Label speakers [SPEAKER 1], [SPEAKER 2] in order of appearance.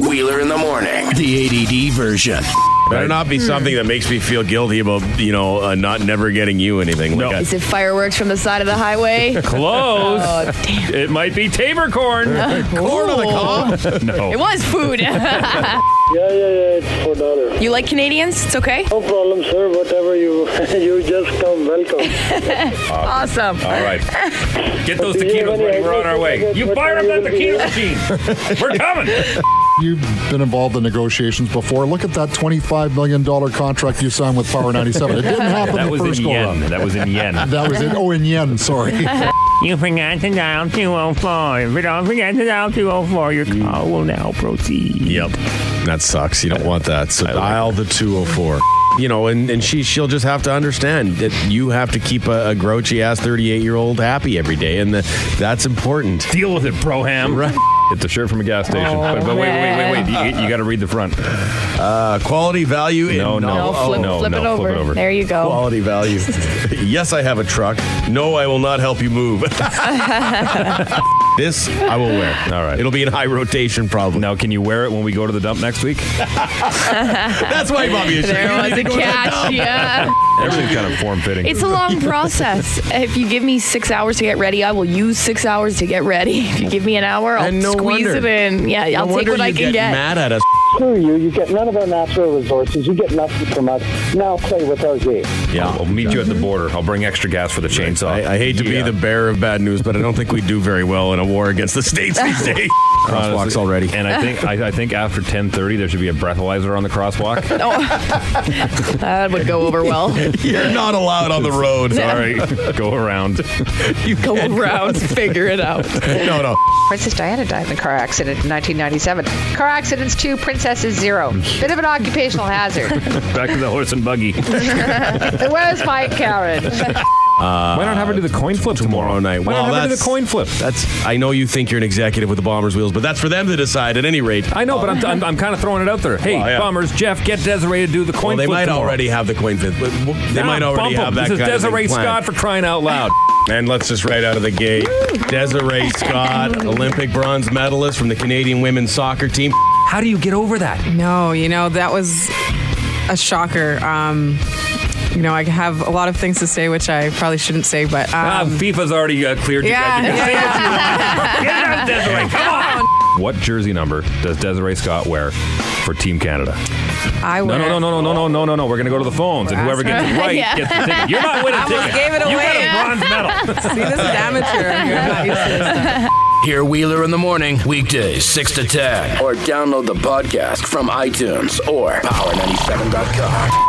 [SPEAKER 1] Wheeler in the morning.
[SPEAKER 2] The ADD version.
[SPEAKER 3] Better not be something that makes me feel guilty about you know uh, not never getting you anything.
[SPEAKER 4] No.
[SPEAKER 3] Like
[SPEAKER 5] Is it fireworks from the side of the highway?
[SPEAKER 4] Close.
[SPEAKER 5] Oh, damn.
[SPEAKER 4] It might be Tabor corn.
[SPEAKER 3] corn on the cob.
[SPEAKER 4] no.
[SPEAKER 5] Oh, It was food.
[SPEAKER 6] Yeah, yeah, yeah, it's for dollar.
[SPEAKER 5] you like Canadians? It's okay.
[SPEAKER 6] No problem, sir. Whatever you, you just come. Welcome.
[SPEAKER 5] Awesome.
[SPEAKER 3] Uh,
[SPEAKER 4] All right. Get those
[SPEAKER 6] Do you have
[SPEAKER 4] taquitos
[SPEAKER 6] any
[SPEAKER 4] ready. We're on
[SPEAKER 6] idea
[SPEAKER 4] our way.
[SPEAKER 6] what
[SPEAKER 4] You
[SPEAKER 6] time
[SPEAKER 4] fired
[SPEAKER 6] you
[SPEAKER 4] up that
[SPEAKER 6] will be
[SPEAKER 4] taquito
[SPEAKER 6] here?
[SPEAKER 4] machine. We're coming.
[SPEAKER 7] You've been involved in negotiations before. Look at that $25 million contract you signed with Power 97. It didn't happen
[SPEAKER 4] That
[SPEAKER 7] the
[SPEAKER 4] was in
[SPEAKER 7] first go
[SPEAKER 4] yen.
[SPEAKER 7] around.
[SPEAKER 4] That was in yen.
[SPEAKER 7] That was it. Oh, in yen, sorry.
[SPEAKER 8] You forgot to dial 204. But don't forget to dial 204. Your call will now proceed.
[SPEAKER 3] Yep. That sucks. You don't want that. So dial the 204. You know, and, and she she'll just have to understand that you have to keep a, a grouchy ass 38 year old happy every day, and the, that's important.
[SPEAKER 4] Deal with it, Broham.
[SPEAKER 3] Right.
[SPEAKER 9] It's a shirt from a gas station.
[SPEAKER 5] Oh,
[SPEAKER 9] but, but wait, wait, wait, wait.
[SPEAKER 5] man.
[SPEAKER 9] You, you got to read the front.
[SPEAKER 3] Uh, quality value. and
[SPEAKER 9] No, no.
[SPEAKER 5] No,
[SPEAKER 3] novel-
[SPEAKER 5] flip,
[SPEAKER 9] no,
[SPEAKER 5] flip,
[SPEAKER 9] no,
[SPEAKER 5] it over.
[SPEAKER 9] flip it over.
[SPEAKER 5] There you go.
[SPEAKER 3] Quality value. yes, I have a truck. No, I will not help you move. this I will wear.
[SPEAKER 9] All right.
[SPEAKER 3] It'll be in high rotation probably.
[SPEAKER 9] Now, can you wear it when we go to the dump next week?
[SPEAKER 3] That's why Bobby is
[SPEAKER 5] there was a catch. Yeah.
[SPEAKER 9] Everything's kind of form fitting.
[SPEAKER 5] It's a long process. If you give me six hours to get ready, I will use six hours to get ready. If you give me an hour, I'll
[SPEAKER 3] And no
[SPEAKER 5] squeeze
[SPEAKER 3] wonder.
[SPEAKER 5] it in. Yeah, I'll take what I can get.
[SPEAKER 3] mad at us.
[SPEAKER 6] Screw you. You get none of our natural resources. You get nothing from us. Now play with our game.
[SPEAKER 9] yeah, I'll, I'll meet you at the border. I'll bring extra gas for the chainsaw.
[SPEAKER 3] I, I hate to
[SPEAKER 9] Yeah.
[SPEAKER 3] be the bearer of bad news, but I don't think we do very well in a war against the states these days. Crosswalks
[SPEAKER 9] Honestly.
[SPEAKER 3] already.
[SPEAKER 9] And I think I, I think after 10:30 there should be a breathalyzer on the crosswalk.
[SPEAKER 5] That would go over well.
[SPEAKER 3] You're not allowed on the road. Sorry.
[SPEAKER 9] Go around.
[SPEAKER 3] You
[SPEAKER 5] go
[SPEAKER 3] can't-
[SPEAKER 5] around, figure it out.
[SPEAKER 3] No, no.
[SPEAKER 10] Princess Diana died in a car accident in 1997. Car accidents two, princesses zero. Bit of an occupational hazard.
[SPEAKER 9] Back to the horse and buggy.
[SPEAKER 10] Where's my carriage?
[SPEAKER 9] Why not have her do the coin flip tomorrow,
[SPEAKER 3] tomorrow night?
[SPEAKER 9] Why
[SPEAKER 3] Well,
[SPEAKER 9] not have her do
[SPEAKER 3] that's-
[SPEAKER 9] the coin flip?
[SPEAKER 3] That's. I know you think you're an executive with the bomber's wheels, but that's for them to decide. At any rate,
[SPEAKER 9] I know, but I'm, I'm, I'm kind of throwing it out there. Hey,
[SPEAKER 3] Well, yeah.
[SPEAKER 9] bombers, Jeff, get Desiree to do the
[SPEAKER 3] well,
[SPEAKER 9] coin
[SPEAKER 3] they
[SPEAKER 9] flip.
[SPEAKER 3] might
[SPEAKER 9] tomorrow.
[SPEAKER 3] already have the coin fifth. but They
[SPEAKER 9] Ah,
[SPEAKER 3] might already
[SPEAKER 9] bump 'em.
[SPEAKER 3] have that
[SPEAKER 9] This
[SPEAKER 3] kind
[SPEAKER 9] is
[SPEAKER 3] of
[SPEAKER 9] Desiree
[SPEAKER 3] thing planned.
[SPEAKER 9] Scott for crying out loud.
[SPEAKER 3] And let's just right out of the gate. Desiree Scott, Olympic bronze medalist from the Canadian women's soccer team.
[SPEAKER 9] How do you get over that?
[SPEAKER 11] No, you know, that was a shocker. Um, you know, I have a lot of things to say, which I probably shouldn't say, but.
[SPEAKER 9] Ah,
[SPEAKER 11] Um,
[SPEAKER 9] FIFA's already uh, cleared you
[SPEAKER 11] yeah,
[SPEAKER 9] guys. You can
[SPEAKER 11] yeah,
[SPEAKER 9] say it.
[SPEAKER 11] yeah.
[SPEAKER 9] Get it out, Desiree. Come on. What jersey number does Desiree Scott wear for Team Canada?
[SPEAKER 11] I
[SPEAKER 9] No,
[SPEAKER 11] wear-
[SPEAKER 9] no, no, no, no, no, no, no, no, no. We're gonna go to the phones, and whoever gets it right
[SPEAKER 5] Yeah.
[SPEAKER 9] gets the ticket. You're not winning a
[SPEAKER 11] almost
[SPEAKER 9] ticket.
[SPEAKER 11] gave it
[SPEAKER 9] You
[SPEAKER 11] away.
[SPEAKER 9] got a bronze medal.
[SPEAKER 11] See, this is amateur. I'm not used to this.
[SPEAKER 2] Hear Wheeler in the morning, weekdays, 6 to 10.
[SPEAKER 1] Or download the podcast from iTunes or power97.com.